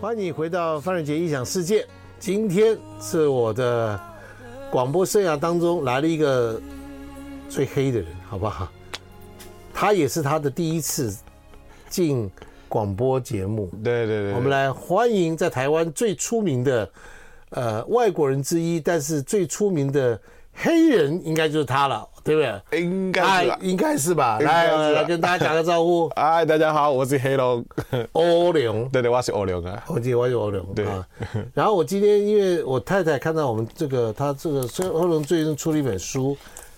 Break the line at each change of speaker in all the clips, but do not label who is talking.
欢迎你回到范仁杰异想世界。今天是我的广播生涯当中来了一个最黑的人，好不好？他也是他的第一次进广播节目。
对对对，
我们来欢迎在台湾最出名的呃外国人之一，但是最出名的黑人应该就是他了，对不对？
应该是
哎
啦。
应该是吧？
应
来
该是吧，
来来跟大家打个招呼
嗨，大家好，我是黑龙，
欧龙。
对对，我是欧龙啊。
我记得我有欧龙
对
啊， 然后我今天因为我太太看到我们这个，她这个虽然欧龙最近出了一本书，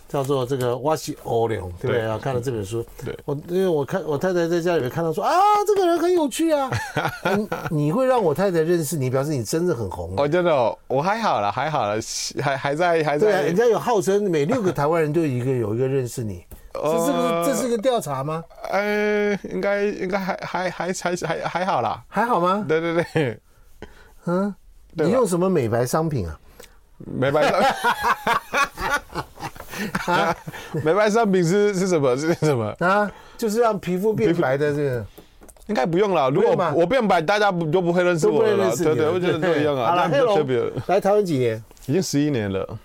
叫做这个瓦西欧龙，对不对
对
啊？看了这本书，
对
我因为我看我太太在家里面看到说啊，这个人很有趣 啊，嗯你会让我太太认识你，表示你真的很红。
哦，真的哦，我还好了，还好了，还还在还
对啊，
在
人。家有号称每六个台湾人就有一个有一个认识你，这是个
呃
这是个调查吗？
呃，应该应该还还还还还还好啦。
还好吗？
对对对，
嗯，
对吧啊
你用什么美白商品啊？
美白 商，美白商品是是什么？是什么？
啊，就是让皮肤变白的这个。
应该不用了。如
不
果
用吗
我变白，大家不就不会认识
都不
我
认
了啦。
认识你
对
了。
对，我觉得都一样啊。
好了，
那
黑
比较特
龙
别了，
来台湾几年？
已经十一年了，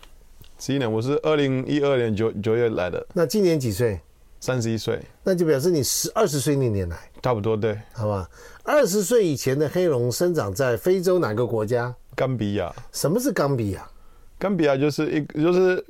十一年，我是二零一二年九九月来的，
那今年几岁？
三十一岁，
那就表示你十二十岁那年来，
差不多对。
好吧？二十岁以前的黑龙生长在非洲哪个国家？
冈比亚，
什么是冈比亚？
冈比亚就是一就是，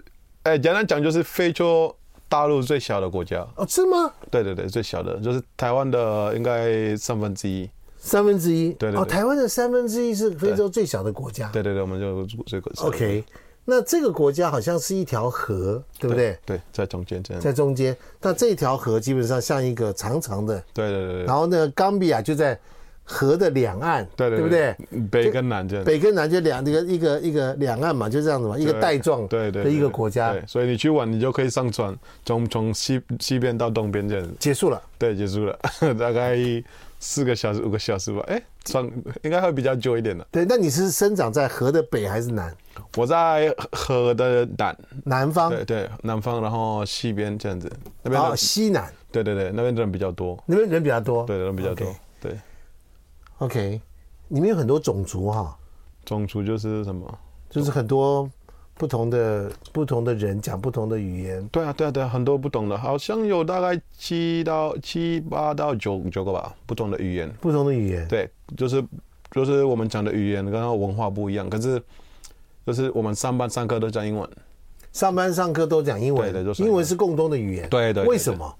哎、简单讲就是非洲大陆最小的国家。
哦，是吗？
对对对，最小的就是台湾的应该三分之一。
三分之一。
对对对
哦，台湾的三分之一是非洲最小的国家。
对对对，我们就这个。
OK，那这个国家好像是一条河，对不对？
对，在中间这样。
在中间，那这条河基本上像一个长长的，
对对对对
然后呢，冈比亚就在河的两岸，
对对
不对？
北跟南这样。
北跟南就两这个一个一个两岸嘛，就这样子嘛，一个
对
带状
对对
的一个国家
对，所以你去玩，你就可以上船，从从西西边到东边这样。
结束了。
对，结束了， 大概四个小时、五个小时吧。哎、算应该会比较久一点的。
对，那你是生长在河的北还是南？
我在河的南，
南方，
对对，南方，然后西边这样子，那边
然后
的，
啊西南
对对对，那边的人比较多，
那边人比较多。
对人比较多
OK，
对，
OK，里面有很多种族哈，
种族就是什么？
就是很多不同的不同的人讲不同的语言。
对啊，对啊，对啊，很多不懂的，好像有大概七到七八到九九个吧，不同的语言，
不同的语言，
对，就是就是我们讲的语言跟他文化不一样，可是就是我们上班上课都讲英文，
上班上课都讲英文，
对对都是
英文是共通的语言。
对对对
为什么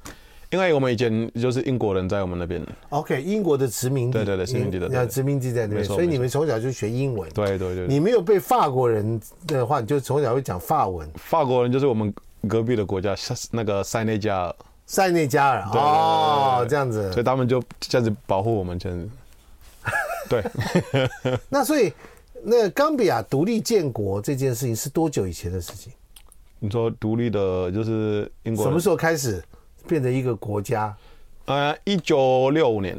因为我们以前就是英国人在我们那边，
？OK，英国的殖民地，呃
对对对殖民地的对对
殖民地在那边，
没错
所以你
没错
们从小就学英文。
对对对，
你没有被法国人的话，你就从小会讲法文。
法国人就是我们隔壁的国家，塞那个塞内加尔。
塞内加尔
对对对
哦
对，对
这样
所以
子。
他们就这样子保护我们，这样 子。对，
那所以，那冈比亚独立建国这件事情是多久以前的事情？
你说独立的，就是英国
什
人。
么时候开始变成一个国家？
呃，一九六五年，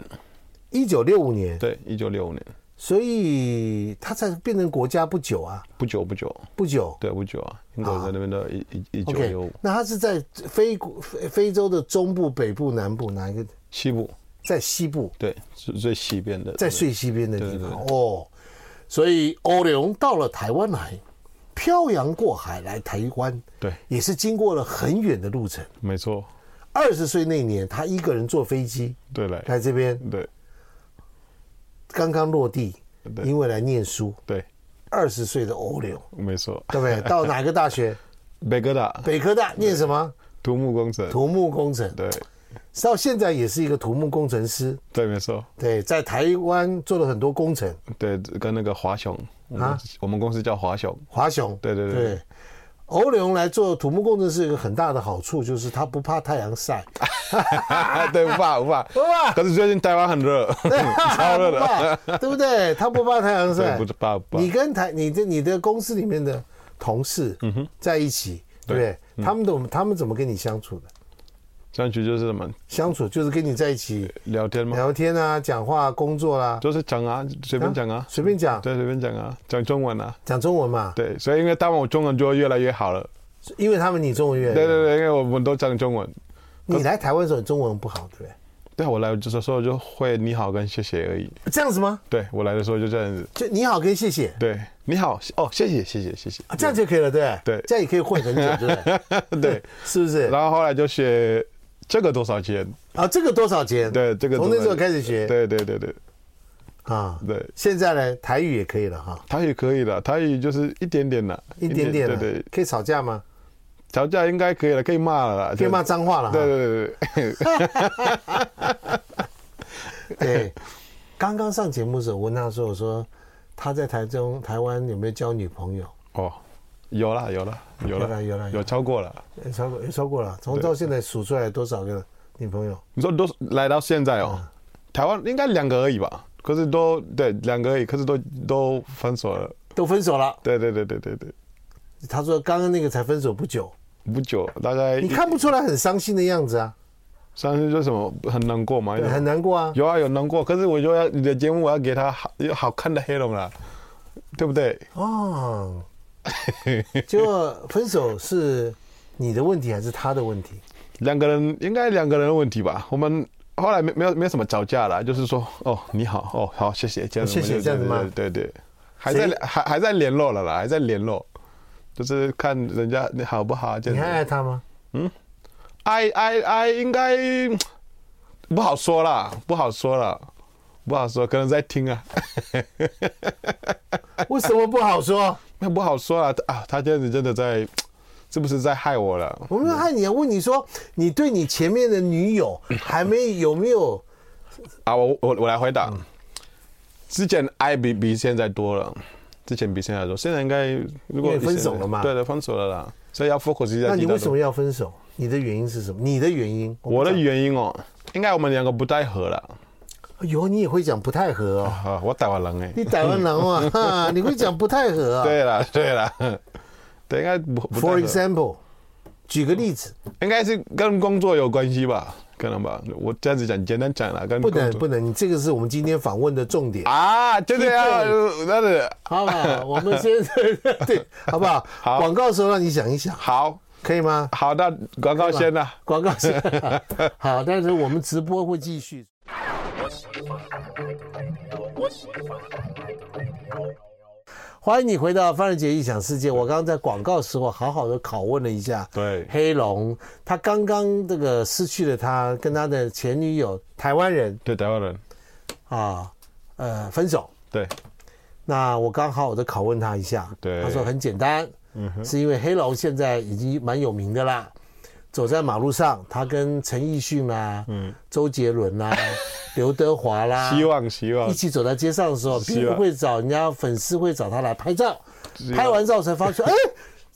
一九六五年，
对，一九六五年，
所以它才变成国家不久啊，
不久不久，
不久。
对，不久啊，英国在那边的一一一九
OK，
六五
那它是在非国非非洲的中部、北部、南部哪一个？
西部，
在西部，
对，是最西边的，
在
对
最西边的地
对对
方哦。所以欧龙到了台湾来，漂洋过海来台湾，
对，
也是经过了很远的路程。
没错，
二十岁那年，他一个人坐飞机
对来，
来这边，
对
刚刚落地，
对
因为来念书。
对，
二十岁的欧流，
没错，
对不对？到哪个大 学？
北哥大
北科大念什么？
土木工程，
土木工程。
对
到现在也是一个土木工程师。
对，没错，
对，在台湾做了很多工程。
对，跟那个华雄我们
啊
我们公司叫华雄，
华雄，
对对对
对。欧流来做土木工程师有一个很大的好处，就是他不怕太阳 晒，
对，不怕不怕，
怕
可是最近台湾很 热，超热
不
的。
怕，对不对？他不怕太阳晒，
对不怕不怕
你跟台你的你的公司里面的同事
嗯
在一起，对不对？他们怎么他们怎么跟你相处的？
相处就是什么
相处就是跟你在一起
聊天吗？
聊天啊、讲话、工作啦，
就是讲啊，随便讲啊，
随便讲
对，随便讲啊，讲中文啊，
讲中文嘛，
对，所以因为当然我中文就会越来越好了，
因为他们你中文越来
对
越
对对，因为我们都讲中文，
你来台湾的时候你中文不好，对不对？
对啊，我来的时候就会你好跟谢谢而已。
这样子吗？
对我来的时候就这样子，
就你好跟谢谢，
对你好哦，谢谢谢谢谢谢
啊，这样就可以了，对不
对
这样也可以混很久，对不对？
对，
是不是？
然后后来就学这个多少钱？
啊，这个多少钱？
对，这个
从
多
那
少
时候
钱
开始学
对对对对
啊。
对，
现在呢，台语也可以了哈，
台语可以了，台语就是一点点了，
一点点了，
对对，
可以吵架吗？
吵架应该可以了，可以骂了啦，
可以骂
就，
脏话了哈。
对对对对，
对，刚刚上节目的时候，我问他说：“我说他在台中、台湾有没有交女朋友
哦，有啦有啦有
有啦
啦
有啦有啦
有超过了。？”
有超过，有超过了。从到现在数出来多少个女朋友？
你说都是来到现在哦，台湾应该两个而已吧？可是都对两个而已，可是都都分手了。
都分手了。
对对对对对对，
他说刚刚那个才分手不久，
不久大概
你看不出来很伤心的样子啊，
上次就什么很难过嘛，
对很难过啊。
有啊有难过，可是我就要你的节目我要给他好好看的黑龙啦，对不对？
哦，结果分手是你的问题还是他的 问题？
两个人应该两个人的问题吧？我们后来没没有没有什么吵架啦，就是说哦你好哦好谢谢这样
谢
子，
谢
我们就
这样子吗
对对对，还在还还在联络了啦，还在联络，就是看人家你好不好这
你
样
还
子。
爱他 吗？
爱爱爱应该嗯不好说啦，不好说啦，不好说，可能在听啊，
为什么不好说？
那不好说啦啊！他这样子真的在，嗯是不是在害我了？
我们害你啊，问你说你对你前面的女 友还没有没有？
啊，我我我来回答。
嗯
之前爱比比现在多了，之前比现在多，现在应该如果
因为分手了嘛
对对，分手了啦，所以要 focus 一下。
那你为什么？要分手？你的原因是什么？你的原因？
我的
不知
原因哦，应该我们两个不太合了。
道哎呦，你也会讲不太合哦。
啊，我台湾人哎、
你台湾人 啊，哈，你会讲不太合啊。
对了对了， 对，应该不不太嗯合
，For example，举个例子，
应该是跟工作有关系吧？可能吧，我这样子讲，简单讲啦，跟
不
工作
能不能，你这个是我们今天访问的重点，
啊，就这样，呃那是
好不好？我们先对，好不好？
好
广告时候让你想一想，
好
可以 吗？
好的广告先啦。
广告是 好，但是我们直播会继续。欢迎你回到范仁杰异想世界。我刚刚在广告时候好好的拷问了一下，
对
黑龙，他刚刚这个失去了他跟他的前女友台湾人
对台湾人，
啊，呃，分手。
对
那我刚好我的拷问他一下，
对嗯
他说很简单，是因为黑龙现在已经蛮有名的啦，走在马路上，他跟陈奕迅啦、周杰伦 啦、刘德华啦，
嗯希望希望
一起走在街上的时候，
希
别
望
人
啊
会找人家粉丝会找他来拍照，
望
拍完照才发现，哎，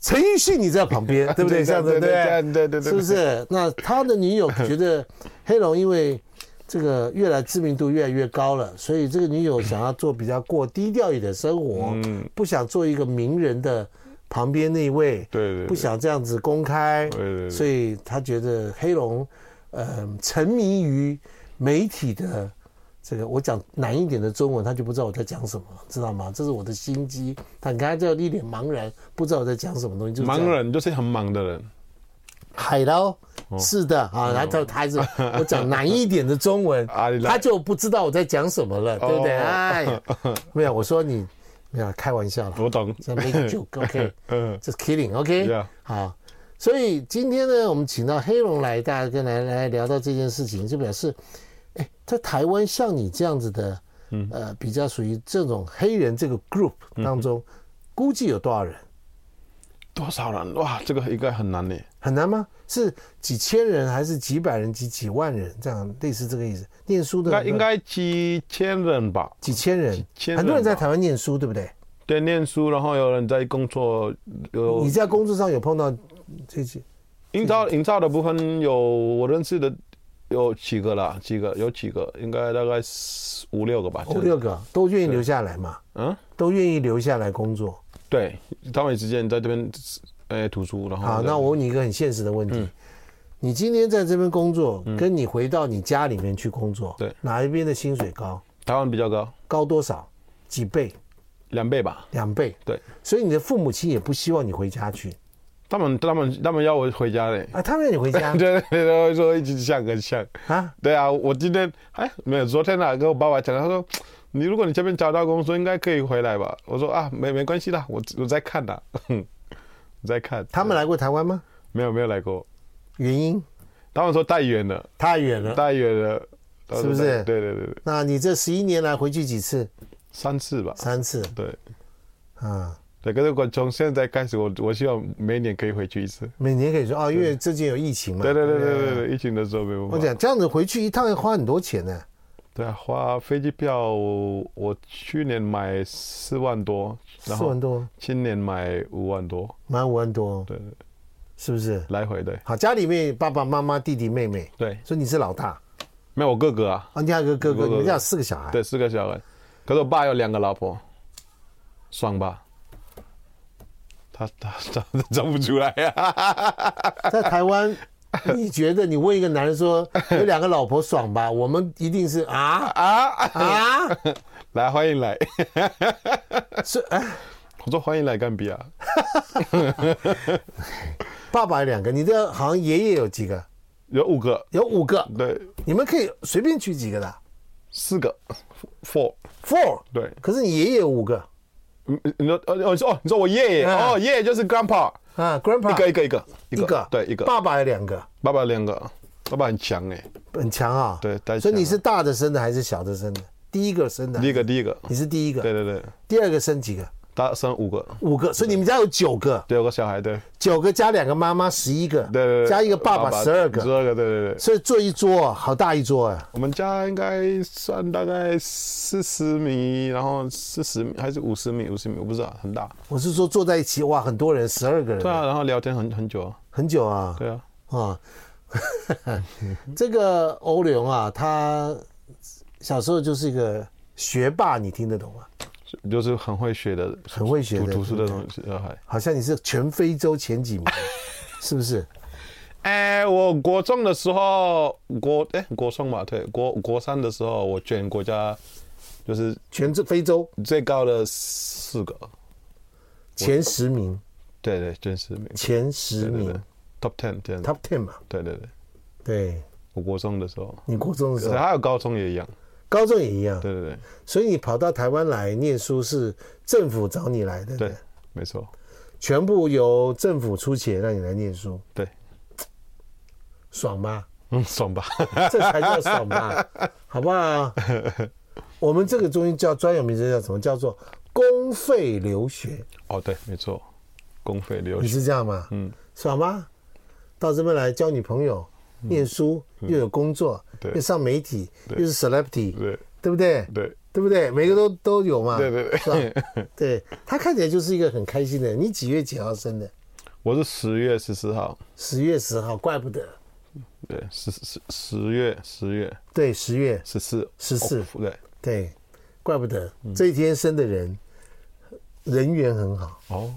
陈奕迅你在旁 边，对不对？
对
这样子
对对
不
对对对对
是不是？那他的女友觉得 黑龙因为这个越来知名度越来越高了，所以这个女友想要做比较过低调一点的生活，
嗯
不想做一个名人的旁边那一位，
对对
不想这样子公开
对对，对
所以他觉得黑龙，呃，沉迷于媒体的这个，我讲难一点的中文，他就不知道我在讲什么，知道吗？这是我的心机。他你看他就一脸茫然，不知道我在讲什么东西，就是这样
盲人就是很忙的人，
海捞。
哦
是的啊，然后他还是我讲难一点的中文
啊 你，来
他就不知道我在讲什么了，对不对？
哦
哎 呀，没有，我说你没有开玩笑了，
我懂。
这 make joke，OK，
嗯，
这是 kidding，OK，、
Yeah
好，所以今天呢，我们请到黑龙来，大家跟来来聊到这件事情，就表示，哎，在台湾像你这样子的，
嗯
呃，比较属于这种黑人这个 group 当中，
嗯
估计有多少人？
多少人哇？这个应该很难呢。
很难吗？是几千人，还是几百人、几几万人这样？类似这个意思。念书的
应该
人
应该几千人吧？
几千人，
千人
很多人在
吧
台湾念书，对不对？
对，念书，然后有人在工作，有
你在工作上有碰到这些？
营造营造的部分有我认识的有几个啦，几个有几个，应该大概四五哦六个吧。
五哦六个都愿意留下来嘛？
嗯，
都愿意留下来工作。
对，他们之间在这边呃读书，然后
好，
在
那我问你一个很现实的问
嗯
题：你今天在这边工作，跟你回到你家里面去工作，
对
哪一边的薪水高？
台湾比较高，
高多少？几倍？
两倍吧。
两倍？
对，
所以你的父母亲也不希望你回家去，，
他们他们他们要我回家嘞
啊，他们让你回家
对对对，他们说一起像个像。
啊？
对啊，我今天哎没有，昨天啊跟我爸爸讲，他说你如果你这边找到工作，应该可以回来吧？我说啊没没关系的，我我在看的，我 在看。
他们来过台湾吗？
没有没有来过，
原因
他们说太远了，
太远了。
太远了，他说
是不是
对对对对，
那你这十一年来回去几次？
三次吧。
三次
对
啊，
对，可是我从现在开始，我我希望每年可以回去一次。
每年可以说哦，因为最近有疫情嘛。
对对对对对对，疫情的时候没有办
我
法。
讲这样子回去一趟要花很多钱呢、
对啊，花飞机票我我去年买四万多，然
四
后
万多，
今年买五万多，
满五万多，
对，对
是不是？
来回对
好，家里面爸爸妈妈、弟弟妹妹，
对，
所以你是老大，
没有我哥哥啊，
啊，你还有个哥
哥
哥，
哥
你们家有四个小孩，
对，四个小孩，可是我爸有两个老婆，爽吧？他他他他找不出来啊！
在台湾，你觉得你问一个男人 说有两个老婆爽吧？我们一定是啊
啊，
啊，
来欢迎来，
是哎，
我说欢迎来干比亚，
爸爸有两个，你的好像爷爷有几个？
有五个，
有五个，
对，
你们可以随便取几个的
四个，four，
，four。
对，
可是你爷爷有五个
嗯你说哦哦你说哦你说我爷爷
啊
哦爷爷就是 grandpa，
啊，grandpa
一个一个一个
一个
对一个，
爸爸有两个，
爸爸两个，爸爸很强哎，
很强啊。
对太强了
所以你是大的生的还是小的生的？第一个生的，
第一个第一个，
你是第一个，
对对对，
第二个生几个？
他生五个，
五个，所以你们家有九个，
对，有个小孩，对
九个加两个妈妈十一个，
对对，对
加一个爸爸十二
十
个，
二个，对对对，
所以坐一桌啊好大一桌啊！
我们家应该算大概四十米，然后四十米还是五十米，五十米我不知道，很大，
我是说坐在一起哇，很多人，十二个
对
人，
啊，然后聊天很很久啊，
很久啊
对啊，
啊！ 这个欧龙啊，他小时候就是一个学霸，你听得懂吗？
就是很会学的，
很会学
读
的
读书的东西小孩。
好像你是全非洲前 几名，是不是？
哎，我国中的时候，国哎国中吧，对，国国三的时候，我全国家就是
全是非洲
最高的四个，
前十名，
对对，前十名，
前
对
十
对
名
对，Top Ten 这样子，
，Top Ten 嘛。
对对对，
对，
我国中的时候，
你国中的时候，
还有高中也一样，
高中也一样，
啊对对对
所以你跑到台湾来念书是政府找你来的，
对，，没错，
全部由政府出钱让你来念书，
对，
爽吧？
嗯，爽吧，
这才叫爽吧，好不好？我们这个中医叫专有名词叫什么？叫做公费留学，
哦对，没错，公费留
你
学，
是这样吗？
嗯，
爽吗？到这边来交女朋友，念书又有工作，
嗯对
又上媒体，
对
又是 celebrity，
对
对不对？
对
对不对？每个都都有嘛，
对对
是吧？ 对他看起来就是一个很开心的人。你几月几号生的？
我是十月十四号，
十月十号，怪不得。
对，十十十月十月
对，十月，
十四
14
哦对，
对，怪不得、
嗯
这一天生的人人缘很好。
哦，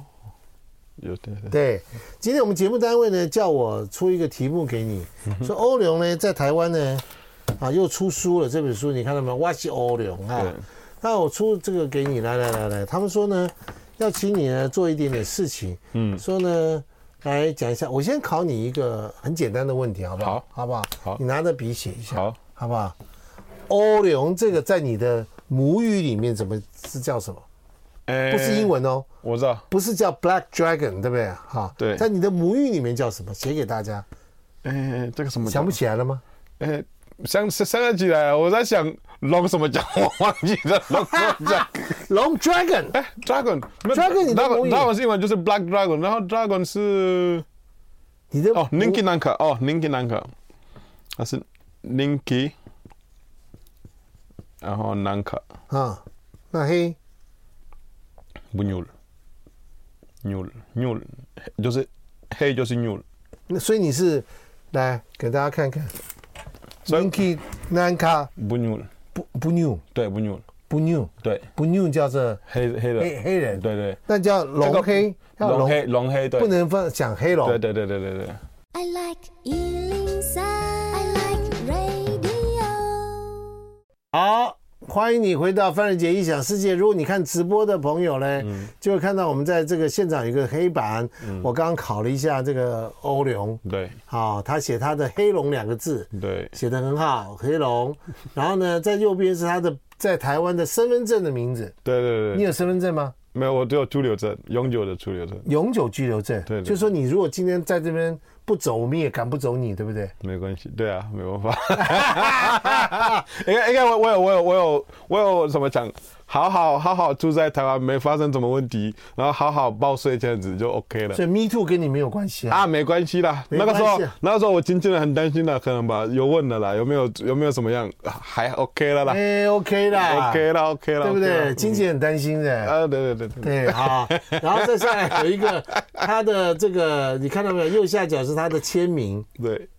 有对对，
对，今天我们节目单位呢叫我出一个题目给你，
嗯
说欧龙呢在台湾呢啊又出书了，这本书你看到没有？哇西欧龙啊
对，
那我出这个给你，来来来来，他们说呢要请你呢做一点点事情，嗯，说呢来讲一下，我先考你一个很简单的问题，好不好？
好
好不好？
好
你拿着笔写一下，
好，
好不好？欧龙这个在你的母语里面怎么是叫什么？
哎
不是英，文哦。
我知道，
不是叫 Black Dragon，对不对？哈，
对
在你的母语里面叫什么？写给大家，
哎，这个什么
想不起来了吗？
哎，想想想得起来，啊我在想龙什么奖， 我忘记了龙什么奖。
龙 Dragon，
哎，dragon，没有
Dragon，你的母
dragon
语
dragon 是英文，就是 black dragon，然后 dragon 是
你的
哦
母
n i n k y Nanka，哦 n i n k y Nanka，它是 n i n k y 然后 Nanka
啊，那黑
不 n u l n u l n u l 就是黑就是 n u l
那所以你是来给大家看看
所以
Linky Nanka
不 n u l
不不 new
对不 n u l
不 new
对
不 new 叫做
黑黑的
黑黑人，
对对
那叫
这
龙
个
黑，叫
龙黑龙黑对
不能分讲黑龙
对。对对对对对。
I like Ealing Sound. I like radio.
好，欢迎你回到范仁杰异想世界。如果你看直播的朋友呢，
嗯
就会看到我们在这个现场有一个黑板，我刚刚考了一下这个欧龙，
对
好、他写他的“黑龙”两个字，
对
写得很好，黑龙。然后呢，在右边是他的在台湾的身份证的名字。
对对
你
对，
有身份证吗？
没有，我只有居留证，永久的居留证，
永久居留证。
对对
就说你如果今天在这边不走，我们也赶不走你，对不对？
没关系。对啊，没办法。应该应该我我有我有我有我有怎么讲？好好好好住在台湾，没发生什么问题，然后好好报税这样子就 OK 了
所。以 Me Too 跟你没有关系啊。
啊，没关系啦。
没
那个时候
关系啊，
那个时候我经纪人很担心的，可能吧，有问了啦，有没有有没有怎么样？啊还 OK 了啦
哎、o k 啦
，OK 了，OK 了，
对不
OK 啦
对？
嗯
经纪人很担心的。
啊，对对对对，
对，好，然后再上来有一个他的这个，你看到没有？右下角是他的签名，
对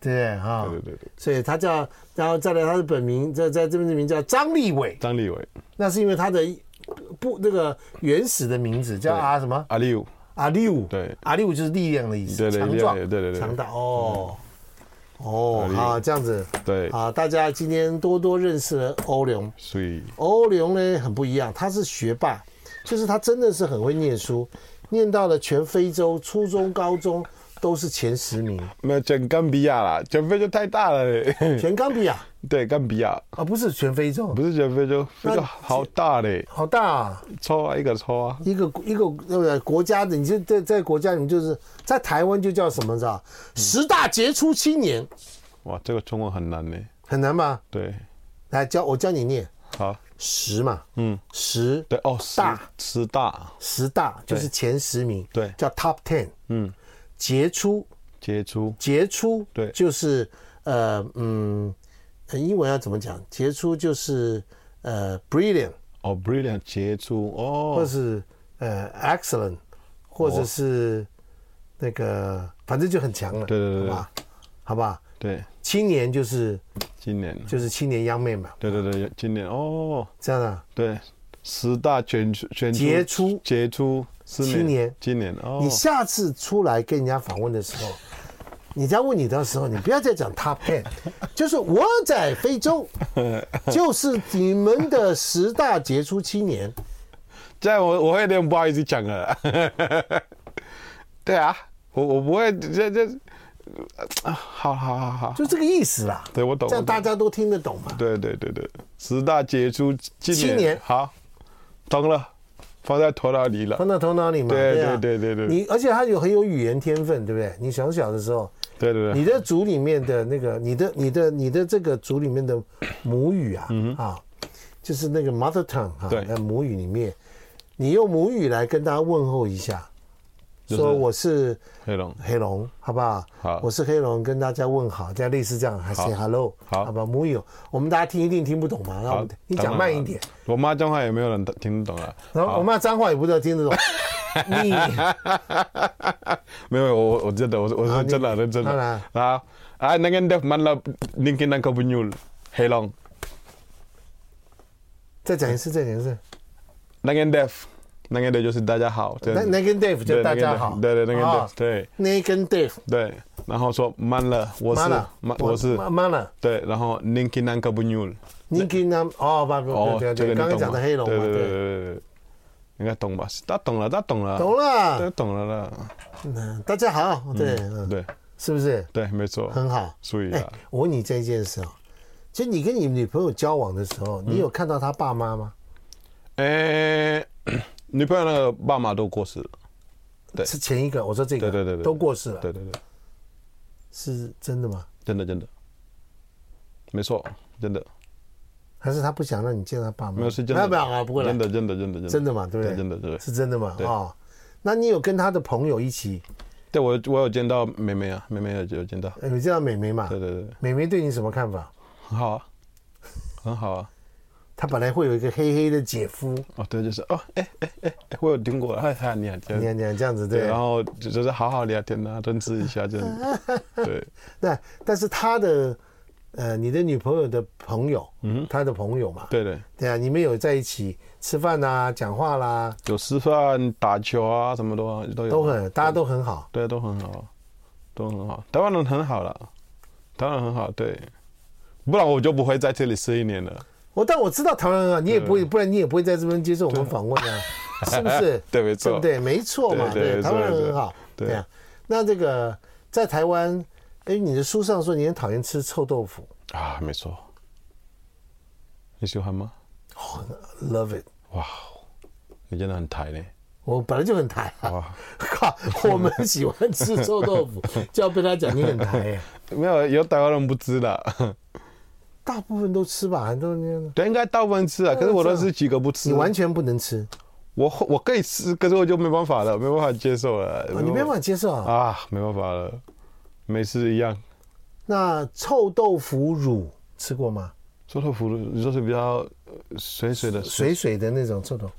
对哈、
对对啊对对，
所以他叫，然后再来他的本名，在在这边的名叫张立伟，
张立伟，
那是因为他的不那个原始的名字叫啊什么
阿六，
阿力武，
对
阿力武就是力量的意思，
对对
强
力量
壮，
对对对
强大哦。哦
阿，力武
好，这样子，
对，
啊，大家今天多多认识了欧龙。
所以
欧龙呢很不一样，他是学霸，就是他真的是很会念书，念到了全非洲初中、高中都是前十名，
没有讲冈比亚啦，卷非洲太大了嘞，
全冈比亚
对，冈比亚
嗯啊，不是全非洲，
不是卷非洲，非洲好大嘞，
好大、啊，
抽啊一个抽啊，
一个一个那个国家的，你就在在国家里面就是在台湾就叫什么知道？十大杰出青年
哇，这个中文很难嘞，
很难吗？
对，
来教我教你念
好，
十嘛，
嗯，
十
对哦，十
大
十大，
十大就是前十名，
对
叫 top ten，
嗯，
杰出
杰出，
杰出，
对
就是呃嗯，呃英文要怎么讲？杰出就是呃 brilliant，
哦，brilliant，杰出，
或
哦，
是呃 excellent，或者是那个反正就很强了，
对对对对
好吧，好吧，
对，
青年就是
今年，
就是青年央妹嘛，
对对对，今年，哦，
这样啊，
对，十大全球全球
杰出
杰出，四
青年
今年哦，
你下次出来跟人家访问的时候， 人家问你的时候，你不要再讲 top ten，就是 我在非洲， 就是你们的十大杰出青年。
这样我我会有点不好意思讲了。 对啊，我我不会这这啊，好好好好，
就这个意思啦。
对我懂
这样
我懂
大家都听得懂嘛。
对对对对，十大杰出青
青年
好，懂了，放在头脑里了
放。到头脑里嘛。
对
啊
对对对对
你而且他有很有语言天分，对不对？你小小的时候，
对对
你
对，
的族里面的那个，你的你的你的这个族里面的母语啊，啊，就是那个 mother tongue 啊
嗯对，
那母语里面，你用母语来跟大家问候一下，
就是
说我是
黑龙，
黑龙，好不好？
好
我是黑龙，跟大家问好，这样类似这样，还 say hello，
好
好吧？母语，我们大家听一定听不懂嘛，那我
好
们，你讲慢一点。
当然了。我妈讲话也没有人听得懂啊。
然后我骂脏话也不知道听得 懂。你
没有，我我真的，我我是真的，认真的
当然。
啊啊，那个 def man la ninkin nan kabunyul helong，
再讲一次，再讲一次。
那个 def，那个 def 就是大家好，这样
那
子
那跟 Dave 就
对
大
那
家
个 def，
好。
对对，那个
啊
def，对
那跟 Dave，
对，然后说慢了，我是
妈了，
慢，我是
妈了。
对，然后 ninkin nan kabunyul，
你跟他哦，不
哦
不，对对
这
对，
个你
刚刚
懂
讲
吗
的黑龙
对
嘛，
对对
对，
对对，应该懂吧？他懂了，他懂了，
懂
对，
了。
懂了啦，
嗯，大家好，对，嗯
对
是不是
对，没错，
很好？
所以
哎
啊，，
我问你这一件事啊，就你跟你女朋友交往的时
嗯
候，你有看到她爸妈吗？
哎， 女朋友那个爸妈都过世了，对
是前一个，我说这个，
对对对对
都过世了，
对对对。
是真的吗？
真的真的，没错，真的
还是她不想让你见她爸妈？
没有是真
没
的，
有没有啊，不会啦
真的真的真的
真的嘛，对不对？
真的真的，
是真的嘛？
对
哦，那你有跟他的朋友一起，
对我我有见到妹妹啊，妹妹有有见到，
呃有见到美眉嘛？
对对对，
美眉对你什么看法？
很好啊，很好啊，
她本来会有一个黑黑的姐夫，
哦对，就是哦哎哎哎，哎我有听过，哎哎你好，这
你
样
看你看这样子
对，啊
对
然。后就就是好好聊天啊，认识一下 这样，对，
那但是他的，呃，你的女朋友的朋友，嗯，他的朋友嘛，
对对，
对啊，你们有在一起吃饭啦、讲话啦，
有吃饭、打球啊，什么都啊都有，
都很，大家都很好。
对，都很好，都很好。台湾人很好了，台湾人很好，对，不然我就不会在这里吃一年了。
我哦但我知道台湾很好，你也不会，不然你也不会在这边接受我们访问啊，是不是
？对没错
对不对？没错嘛，
对对
对，
没错
台湾人很好，
对
对啊。那这个在台湾，哎，你的书上说你很讨厌吃臭豆腐
啊，没错。你喜欢吗？
，love it。
哇，你真的很台呢。
我本来就很台啊
哇，
靠，我们喜欢吃臭豆腐，就要被他讲你很台啊耶。
没有，有台湾人不知的，
大部分都吃吧，很多人
对，应该大部分吃啊。可是我都是几个不吃。
你完全不能吃，
我我可以吃，可是我就没办法了，没办法接受了。
哦你没办法接受啊。
啊，没办法了，每次一样。
那臭豆腐乳吃过吗？
臭豆腐你说是比较呃水水的，
水水的那种臭豆腐。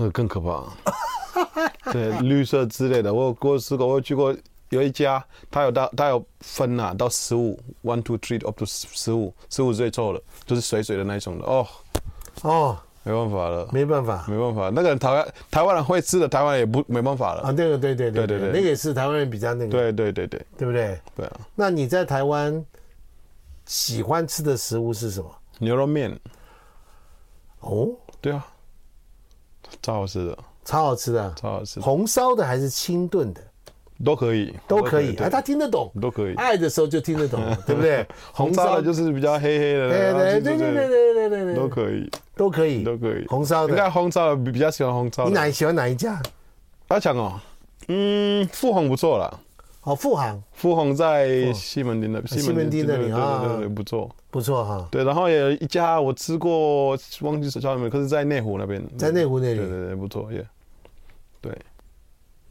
那
嗯
个更可怕。 对，绿色之类的，我有我有吃过，我有去过有一家，它有到它有分呐、到十五，one two three up to 十五，十五最臭的，就是水水的那一种的哦，
哦，
没办法了，
没办法
没办法，那个人台湾台湾人会吃的，台湾人也不没办法了。
啊，那个对对对
对对对
那个也是台湾人比较那个，
对对对对
对不对？
对啊，
那你在台湾喜欢吃的食物是什么？
牛肉面，
哦，
对啊，超好吃的，
超好吃的，
超好吃的
红烧的还是清炖的
都可以，
都可以，
对
哎，他听得懂，
都可以
爱的时候就听得 懂了，对不对？，
红烧的就是是比较黑黑的，
对
然后
对
就
对
是
对对对对对对，
都可以，
都可以
都可以。
红烧
应该
的，
红烧的比比较喜欢红烧的。
你哪喜欢哪一家？
阿强哦，嗯，富红不错啦，
哦，富航
富红在西门町那边，
啊西门町那里
对对对对对
啊
对，不错。
不错哈，
对，然后也有一家我吃过，忘记叫什么，可是在内湖那边，
在内湖那
对
里。
对对，不错耶。对，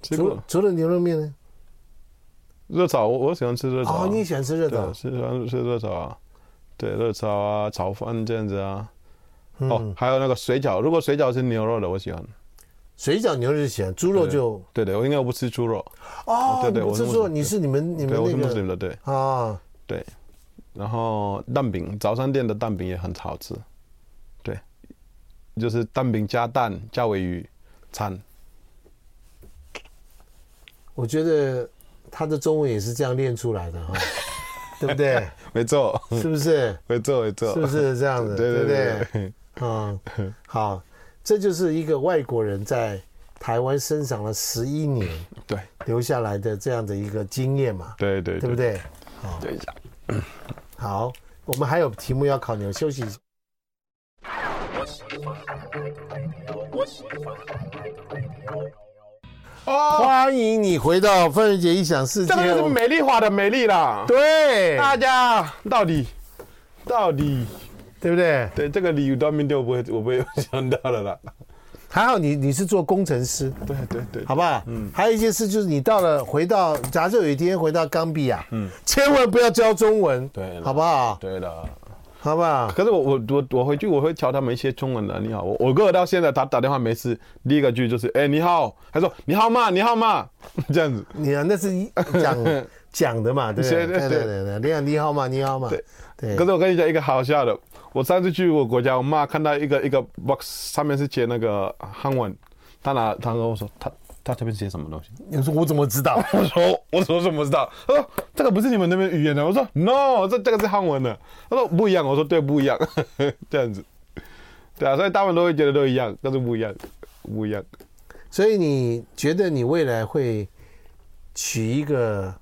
吃
除
过
了除了牛肉面呢？
热炒，我我喜欢吃热炒啊。
哦，你也喜欢吃热
对
的，
吃欢吃热炒啊，对，热炒啊，炒饭这样子啊。哦
嗯，，
还有那个水饺，如果水饺是牛肉的，我喜欢。
水饺牛肉就喜欢，猪肉就
对对，我应该不吃猪肉，
哦，
对对
你不
我
是
是穆斯
说
林
你是你们你
对，我是
们
穆
那
斯
个
林的，对
啊？
对。然后蛋饼，早餐店的蛋饼也很好吃，对，就是蛋饼加蛋加尾鱼餐，
我觉得他的中文也是这样练出来的 哈，对不对？
没错，
是不是？
没错，没错，
是不？是这样子？
对嗯 对
不
对对，
嗯，好，这就是一个外国人在台湾生长了十一年
对
留下来的这样的一个经验嘛，
对对
对不？对？
对一下
好，我们还有题目要考你，我休息一下。
哦，
欢迎你回到范瑞杰异想世界
这。个就是美丽华的美丽啦，
对，
大家到底到底。
对不对？
对，这个理由到明天我不会，我不会想到了啦。
还好你你是做工程师，
对对对，
好不好？嗯，还有一件事就是，你到了回到，假设有一天回到冈比亚，嗯，千万不要教中文，
对了
好不好？
对的。
好不好？
可是我我我我回去我会教他们一些中文的。你好，我我哥到现在打打电话没事，第一个句就是哎、你好，他说你好嘛你好嘛 这样子。
你啊，那是一讲讲的嘛，对不对？对
对对
对对对，
对
你好，你好嘛，你好嘛，
对
对
可是我跟你讲一个好笑的，我上次去我国家，我妈看到一个一个 box 上面是写那个汉文，她拿她跟我说她她这边写什么东西，
你说我怎么知道？
我说我说怎么知道？他说这个不是你们那边语言的。啊我说 no，这这个是汉文的。他说不一样。我说对，不一样， 这样子。对啊，所以他们都会觉得都一样，但是不一样，不一样。
所以你觉得你未来会娶一个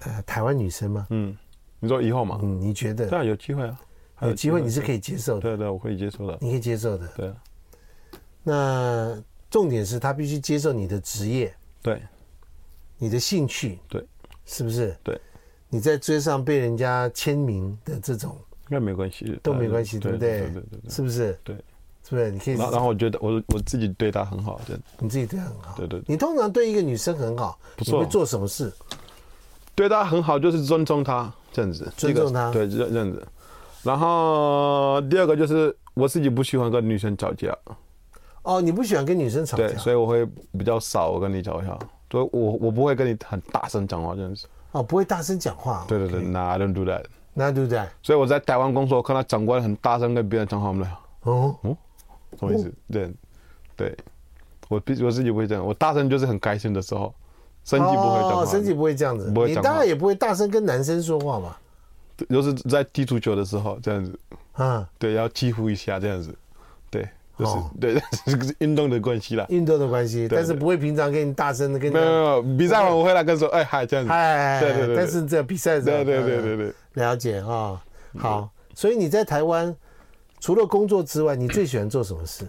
呃台湾女生吗？
嗯，你说以后嘛，
嗯，你觉
这
得
样有机会啊，还
有机会你是可
以。
以接受的，
对对，我可以接受的。
你可以接受的。
对啊
那重点是她必须接受你的职业、
对
你的兴趣，
对，应
是不是？
对。
你在街上被人家签名的这种
该没关系，
都没关系，对不对？
呃对对对对
是不是？
对。
是不是？你可以
然后然后我觉得我我自己对他很好，这样
你自己对她很好。
对对对
你通常对一个女生很好，
不错
你会做什么事？
对他很好，就是尊重他这样子，
尊重
第一个
他
对，这这样子。然后第二个就是我自己不喜欢跟女生吵架，
哦，你不喜欢跟女生吵架
对，，所以我会比较少我跟你吵架，所以我我不会跟你很大声讲话这样子。
哦，不会大声讲话，哦
对对对，no，I don't do that。
那对不对？
所以我在台湾工作，我看到长官很大声跟别人讲话，我们俩
哦，
什么意思？对，对，我必我自己不会这样，我大声就是很开心的时候，生气不会讲话，
哦，生气不会这样子，
不会
你
讲话
当然也不会大声跟男生说话嘛。
尤其是在踢足球的时候这样子，
啊，
对，要欺负一下这样子，对，就是、
哦
对， 是运动的关系啦。
运动的关系，
对
但是不会平常跟你大声的跟你
没有没有，没有比赛完我回来跟说，哎嗨这样 子，
哎，
对对对对
但是这比赛上，
对对对对
嗯
对，
了解啊、好，所以你在台湾除了工作之外，你最喜欢做什么事？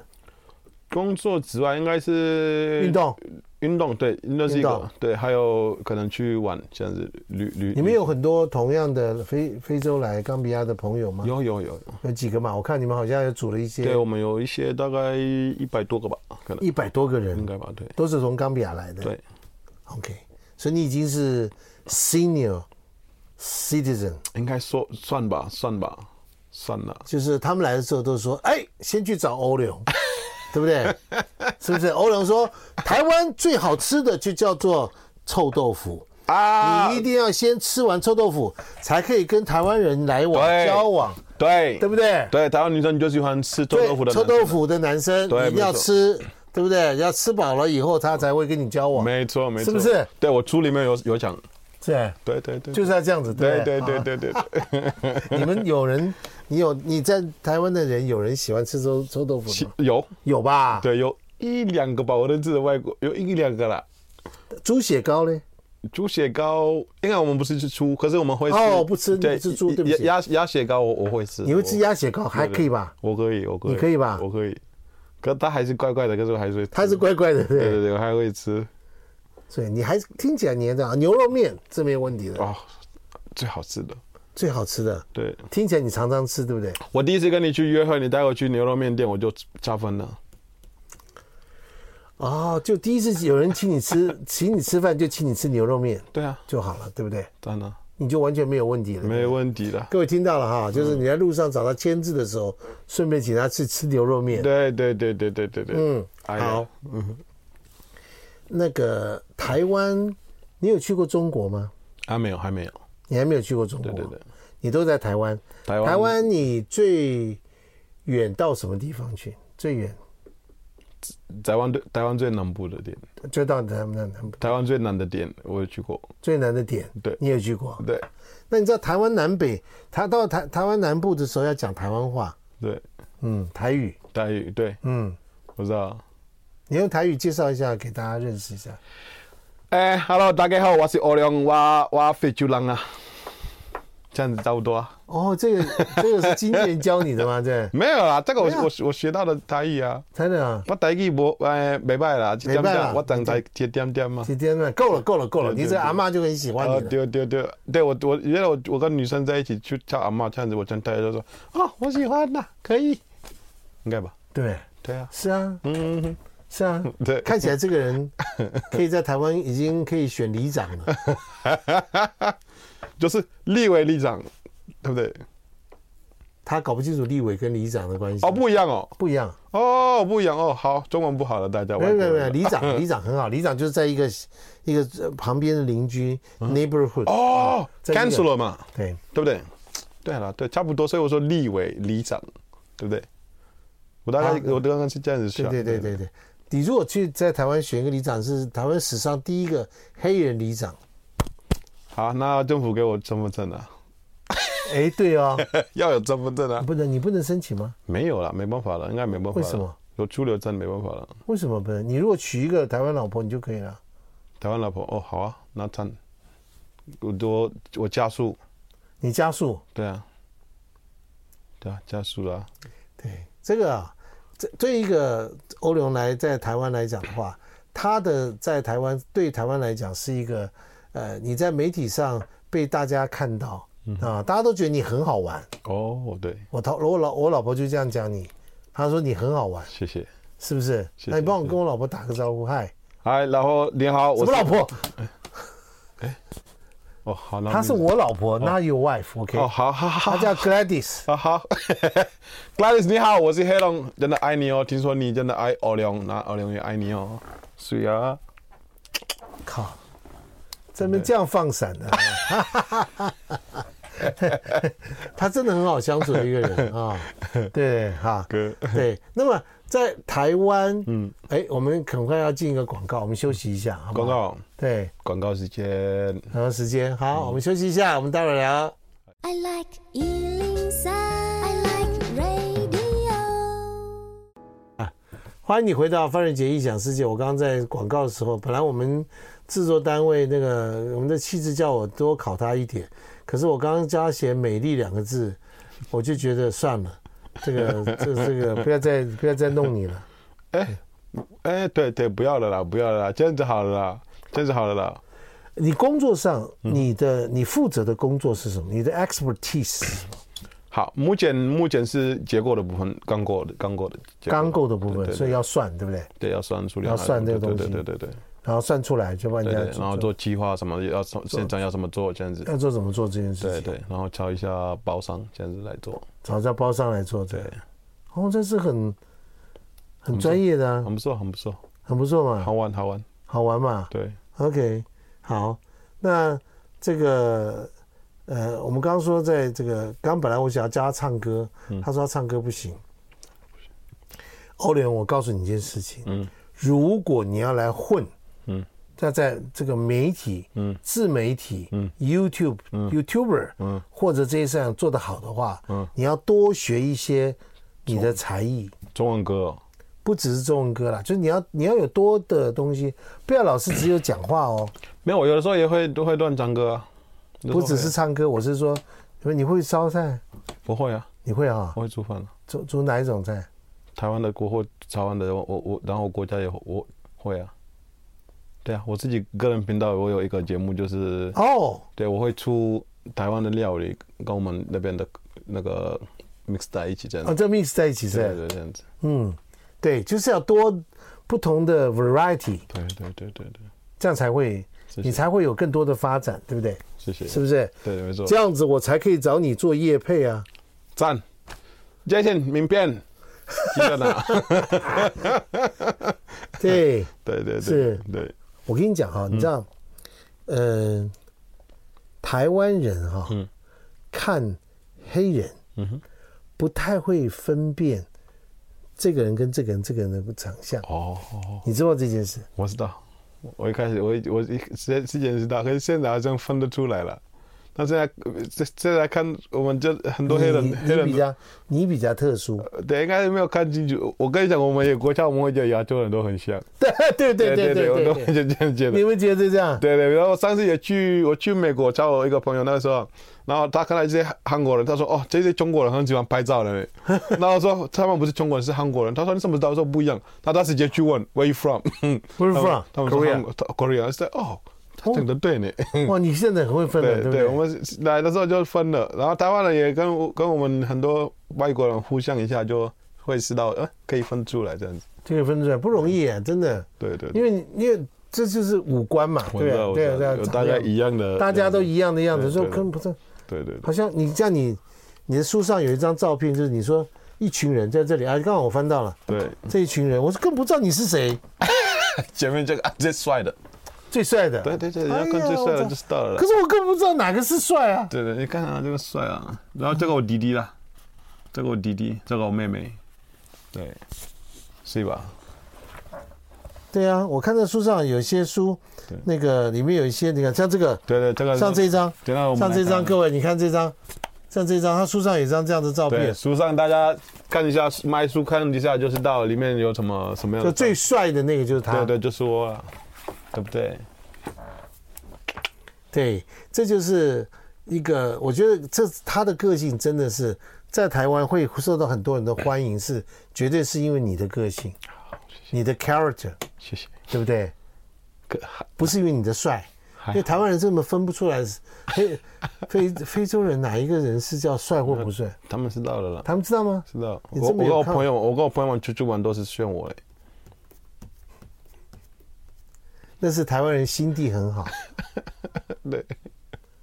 工作之外应该是
运动，
运动对，运动是一
运动
个对，还有可能去玩这样子旅旅。
你们有很多同样的非非洲来冈比亚的朋友吗？
有有有，
有几个嘛？我看你们好像有组了一
对
些，
我们有一些大概一百多个吧，可能
一百多个
应
人，
该吧，对
都是从冈比亚来的。
嗯对，
，OK，所以你已经是 senior citizen，
应该说算吧算吧算了，
就是他们来的时候都说，哎，先去找欧龙， 对不对？是不是？欧龙说，台湾最好吃的就叫做臭豆腐。
啊
你一定要先吃完臭豆腐，才可以跟台湾人来往
对
交往，
对
对不对？
对，台湾女生就喜欢吃臭
对
豆腐的，
臭豆，腐的男生，
对
你一定要
没错
吃，对不对？要吃饱了以后，他才会跟你交往，
没错没错，
是不是？
对我书里面有有讲，
对，
对对对，
就是要啊这样子，
对
不
对
好
对对对，对
你们有人，你有你在台湾的人，有人喜欢吃臭臭豆腐
其
吗？
有
有吧？，
对有一两个吧，我认识的外国有一两个啦。
猪血糕嘞，
猪血糕，因为我们不是吃猪，可是我们会吃
哦不吃
对
你不吃猪对不起
鸭鸭鸭血糕我我会吃，
你会吃鸭血糕，
我
还可以吧？？
我可以，我可以，
你可以吧
我可以，可它还是怪怪的，可是我还是会吃，
它是怪怪的，
对嗯
对，
对对，我还会吃
所以你还是听起来你还这样，牛肉面这没有问题的，
哦，最好吃的。
最好吃的，
对
听起来你常常吃，对不对？
我第一次跟你去约会，你带我去牛肉面店，我就加分了。
哦，就第一次有人请你 吃，请你吃饭就请你吃牛肉面
对啊，
就好了，对不对？
当然
你就完全没有问题了。
没嗯问题的。
各位听到了哈，就是你在路上找他签字的时候，顺便请他去吃牛肉面。
对对对对对对对，
嗯，
哎呀
好，那个台湾，你有去过中国吗？
还没有还没有，
你还没有去过中国，
对对对，
你都在台湾。
台湾
你最远到什么地方去？最远
台湾对台湾最南部的店，
就到台湾南
台湾最南的店我有去过，
最南的点，
对
你有去过？
对
那你知道台湾南北，他到台台湾南部的时候要讲台湾话，
对，
嗯，台语，
台语对，
嗯，
我知道。
你用台语介绍一下给大家认识一下。
哎，Hello，大家好，我是欧良，我我非洲人啊，这样子差不多啊。
哦，这个 这个是经纪人教你的吗？这
没有啦，这个我、
没有
我我学到的台语啊，
真的啊，
我台语无哎没歹啦，一点
不错啦
点，我长台一点点嘛。
几天了，啊够了够了够了，
对对
你这阿妈就很喜欢
啊，
你了。
对对对，对我我原来我我跟女生在一起去叫阿嬷这样子，我讲台语就说啊，我喜欢啦，可以，应该吧？
对，
对啊，
是啊，
嗯，
是啊，
对
看起来这个人可以在台湾已经可以选里长了。
就是立委立长，对不对？
他搞不清楚立委跟里长的关系。
哦，不一样哦，
不一样，
哦不一样哦，好，中文不好了，大家。
没有没有没有，
外国人
里 长里长很好，里长就是在一个一个呃旁边的邻居 neighborhood。
哦
在这个
，cancel 嘛。
对，
对不对？对了，对，差不多。所以我说立委、里长，对不对？我大概、
啊
我刚刚是这样子
对
想。
对对对对，你如果去在台湾选一个里长，是台湾史上第一个黑人里长。
好，那政府给我身份证啊，
哎，对哦，
要有身份证啊。
不能你不能申请吗？
没有了，没办法了，应该没办法
为
了。
什么？
有出流证没办法了。
为什么不能？你如果娶一个台湾老婆，你就可以了。
台湾老婆哦，好啊，那赞。我多我加速，
你加速，
对啊，对啊，加速了、啊。
对这个啊，这对一个欧龙来在台湾来讲的话，他的在台湾对台湾来讲是一个，呃，你在媒体上被大家看到
嗯
啊，大家都觉得你很好玩。
哦，对，
我老我老我老婆就这样讲你，她说你很好玩，
谢谢。
是不是？
是
那你帮我跟我老婆打个招呼，嗨，
嗨，然后你好，
什么
我是
老婆？
哦，好，那
她是我老婆，Not your wife，OK？
哦，好好
她，
好
叫 Gladys。
啊好 ，Gladys 你好，我是黑龙，真的爱你哦。听说你真的爱奥良，那奥良也爱你哦。是啊，
靠，这边这样放闪的、 他真的很好相处的一个人 啊、对哈，
哥，
对。那么在台湾，嗯，哎，我们很快要进一个广告，我们休息一下，好不
广
好？
告
对，
广告时间。
然后时间好，我们休息一下，我们待会儿聊。
I like Ealing Sound. I like
欢迎你回到范瑞杰异想世界。我刚刚在广告的时候，本来我们制作单位那个我们的妻子叫我多考他一点，可是我刚刚加写“美丽”两个字，我就觉得算了，这个这这 个不要再不要再弄你了。
哎哎，对对，不要了啦，不要了啦，这样子好了啦，这样子好了啦。
你工作上你的
嗯
你负责的工作是什么？你的 expertise 是什么
好，目前目前是结构的部分，刚过的刚过的结
钢构的部分，
对对
所以要算，对不对？
对要算数量，
要算这个东西
对对对对
然后算出来就帮
对
人
对
家
对，然后做计划什么要什现场要怎么做这样子，
要做怎么做这件事
对
情，
对，然后敲一下包商这样子来做，
找家包上来做这
对嗯
个。，哦，这是很很专业的、啊，
很不错很不错，
很不错嘛
好，玩好玩，
好玩嘛。
对，
OK，好，那这个呃，我们刚刚说在这个，刚本来我想要教他唱歌，
嗯
他说他唱歌不行。欧联，我告诉你一件事情，
嗯
如果你要来混，
嗯，
那在这个媒体、
嗯
自媒体、YouTube、YouTuber，
嗯
或者这些市场做得好的话，
嗯
你要多学一些你的才艺，
中文歌哦，
不只是中文歌啦，就是你要你要有多的东西，不要老是只有讲话哦，
没有，我有的时候也会都会乱唱歌啊，有
不
的时候
只是
会
唱歌，我是说，你会烧菜，
不会啊，
你会啊
我？会煮饭啊，
煮煮哪一种菜？
台湾的国货，台湾的我我我，然后国家也我会啊，对啊，我自己个人频道我有一个节目就是。
哦，
对，我会出台湾的料理跟我们那边的那个 mix 在一起这样
哦，
子。
这 mix 在一起是
对
吧，
对，这样子。
嗯，对，就是要多不同的 variety，
对对对对对，
这样才会
谢
你
谢
才会有更多的发展，对不对？
谢谢。
是不是？
对，没错
这。样子我才可以找你做业配啊。
赞，再见，名片，记 得拿。
对，
对对对，
是
对，
我跟你讲哈，你知道，嗯，台湾人哈，看黑人
嗯哼，
不太会分辨这个人跟这个人、这个人的长相，
哦，哦
你知道这件事？
我知道。我一开始我一我一之之前知道，可是现在好像分得出来了。但现在呃这现在看，我们这很多黑人
你
黑
你
人
比较你比较特 殊，
对，应该是没有看清楚。我跟你讲，我们有国家，我们会觉得亚洲人都很像。
对对对
对
对
我
对
都
对
会这样觉得
你。们觉得这样？
对对，然后上次也去我去美国找我一个朋友，那个时候，然后他看到一些韩国人，他说：“哦，这些中国人很喜欢拍照的 嘞。”然后我说他们不是中国人，是韩国人。他说：“你怎么知道？”我说：“不一样。”他他直接去问 “Where you from？”
Where
他
you
们
from？
他们说韩国他 Korea。说哦，他讲的 对呢。
哇，你现在很会分了，
对
对不
我们是来的时候就分了，然后台湾人也跟我跟我们很多外国人互相一下就会知道，呃，可以分出来这样子。
这个分出来不容易啊，真的，
对对
因
对，
为你因为这就是五官嘛，
我
对
知
啊
道
对啊
我知
对
道
啊
有，
长
大
得
家一样的，
大家都一样的样子，
对
说
对
跟不是，
对对对。
好像你像你你的书上有一张照片，就是你说一群人在这里啊，刚好我翻到了
对，
这一群人，我是更不知道你是谁，
前面这个啊最帅的，
最帅的，
对对对，
哎
你
呀
要看最帅
我
的
操
就知道了
可。是我更不知道哪个是帅啊，
对对，你看啊，这个帅啊，然后这个我弟弟啦，这个我弟弟，这个我妹妹，对，是吧？
对啊，我看到书上有些书
对，
那个里面有一些，你看像这个，
对对，这个
像这，张，
等嗯下我们
像
来
这张，
看啊
各位你看这张，像这张，他书上有一张这样的照
对，
片，
书上大家看一下，卖书看一下就知道里面有什么什么样
就
的。
最帅的那个就是他
对，对，就是我了，对不对？
对，这就是一个，我觉得这他的个性真的是在台湾会受到很多人的欢迎，是绝对是因为你的个性，你的 character，
谢谢。
对不对？
可还
不是因为你的帅，因为
还
台湾人根本分不出来是非 非非洲人哪一个人是叫帅或不帅，
他们知道了啦，
他们知道吗？
知道。
你
我
这
我
么
跟
有
我
看
朋友，我跟我朋友们出去玩都是炫我欸嘞。
那是台湾人心地很好，
对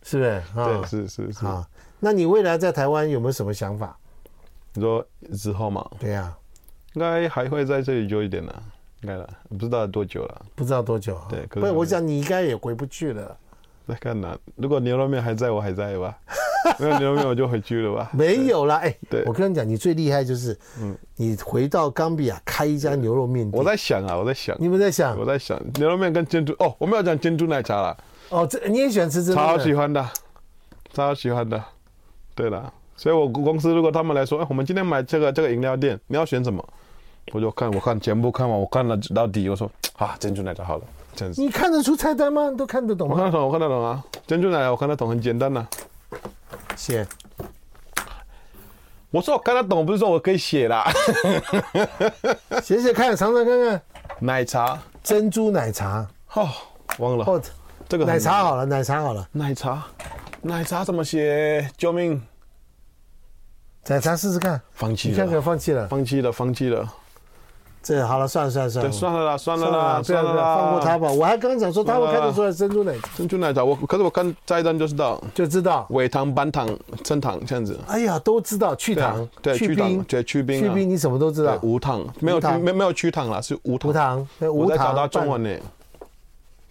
是不是？啊、
对，是是是。
啊。那你未来在台湾有没有什么想法？
你说之后嘛，
对啊呀、
应该还会在这里久一点的，应该了，不知道多久了，
不知道多久啊。
对
不
可是
是，
还没
我想你应该也回不去了。
再看呢。如果牛肉面还在，我还在吧；没有牛肉面，我就回去了吧。
没有啦，哎
对，嗯
我跟你讲，你最厉害就是，你回到冈比亚开一家牛肉面店。
我在想啊，我在想，
你们在想
我在想牛肉面跟珍珠哦，我没有讲珍珠奶茶啦，
哦，这你也喜欢吃真
超
的
喜
呢？
欢的，超喜欢的。对啦，所以我公司如果他们来说，哎，我们今天买这个这个饮料店，你要选什么？我就看我看全部看完，我看了到底，我说啊，珍珠奶茶好了，这样子。
你看得出菜单吗？你都看得懂
我
吗？
看得懂，我看得懂啊，珍珠奶茶我看得懂，很简单呐、
写
我说我看得懂，不是说我可以写啦。
写写看，尝尝看看。
奶茶
珍珠奶茶，
哦，忘了、
哦，
这个很
奶茶
难
好了，奶茶好了，
奶茶，奶茶怎么写？救命！
奶茶试试看。
放弃
你看看，
了，
放弃了。
放弃了，放弃
哦
了。
这好了，算了算了算
对，
了，
算了啦，算了
算了啦，不要不
啦，算了
要
啦，
放过他
吧。
吧。我还刚讲说他
算
会
了啦
看得出来珍珠奶茶，
珍珠奶茶，我可是我看下一单就知道，
就知道。
尾糖、板糖、升糖这样子。
哎呀，都知道去
对啊
糖、
对
去
去
冰
糖、对去冰
去
啊
冰，你什么都知
对
道，。
无糖，没
无
有
糖
没没有去糖啦，是无糖。
无糖，对无
我在找
糖
到中
半
文呢。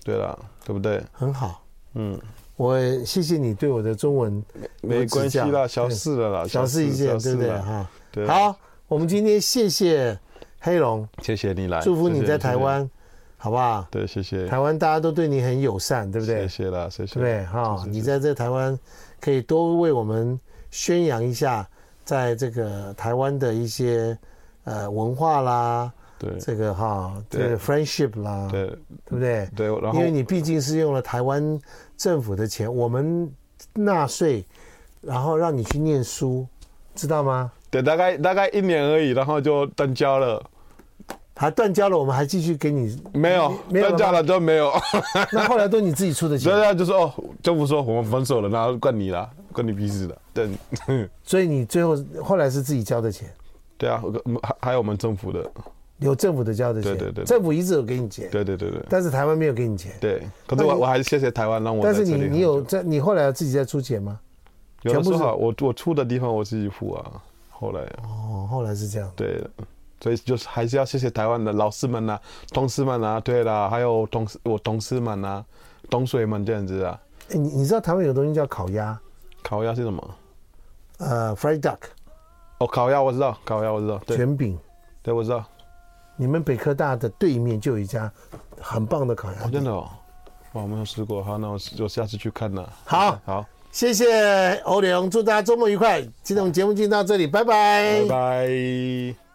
对啦，对不对？
很好，嗯，我谢谢你对我的中文
没关系
有指教
啦，小事了啦，
对小事一件，
小
对
事
不对
啦
哈？
对
好，我们今天谢谢黑龙，
谢谢你来，
祝福
哎谢
你
谢
在台，
谢
湾，好不好
谢？对，谢谢，
台湾大家都对你很友善，对不对
谢？谢啦，谢
对
谢，
不对？哈，你在这台湾可以多为我们宣扬一下，在这个台湾的一些呃文化啦，
对
这个哈，这个
对
friendship 啦，
对
对不对？
对，然后
因为你毕竟是用了台湾政府的钱，我们纳税，然后让你去念书，知道吗？
对，大概大概一年而已，然后就断交了，
还断交了，我们还继续给你。
没有
没有了
断交了就没有，
那后来都你自己出的
大
钱，
家就说哦，政府说我们分手了，然后关你啦，关你屁事的，对
所以你最后后来是自己交的钱，
对啊，我们还还有我们政府的，
有政府的交的钱，
对对对对
政府一直有给你钱，
对对对对
但是台湾没有给你钱。
对，可是
那
我
你
我还是谢谢台湾让我
但
在
是
这里
你
很久，
你有在你后来有自己在出钱吗？
有的
全部
时
是
候啊我我出的地方我自己付啊，后来
哦，后来是这样。
对，所以就是还是要谢谢台湾的老师们呐、同事们啊，对啦，还有同事我同事们啊，同学们这样子啊。
哎，你你知道台湾有东西叫烤鸭，
烤鸭是什么？
呃，fried duck
哦，烤鸭我知道，烤鸭我知道，对
卷饼，
对我知道，
你们北科大的对面就有一家很棒的烤鸭
哦
店。
真的哦，哇我没有试过，好，那我我下次去看啦。
好
好，
谢谢欧良，祝大家周末愉快。今天我们节目进行到这里，拜拜
拜拜。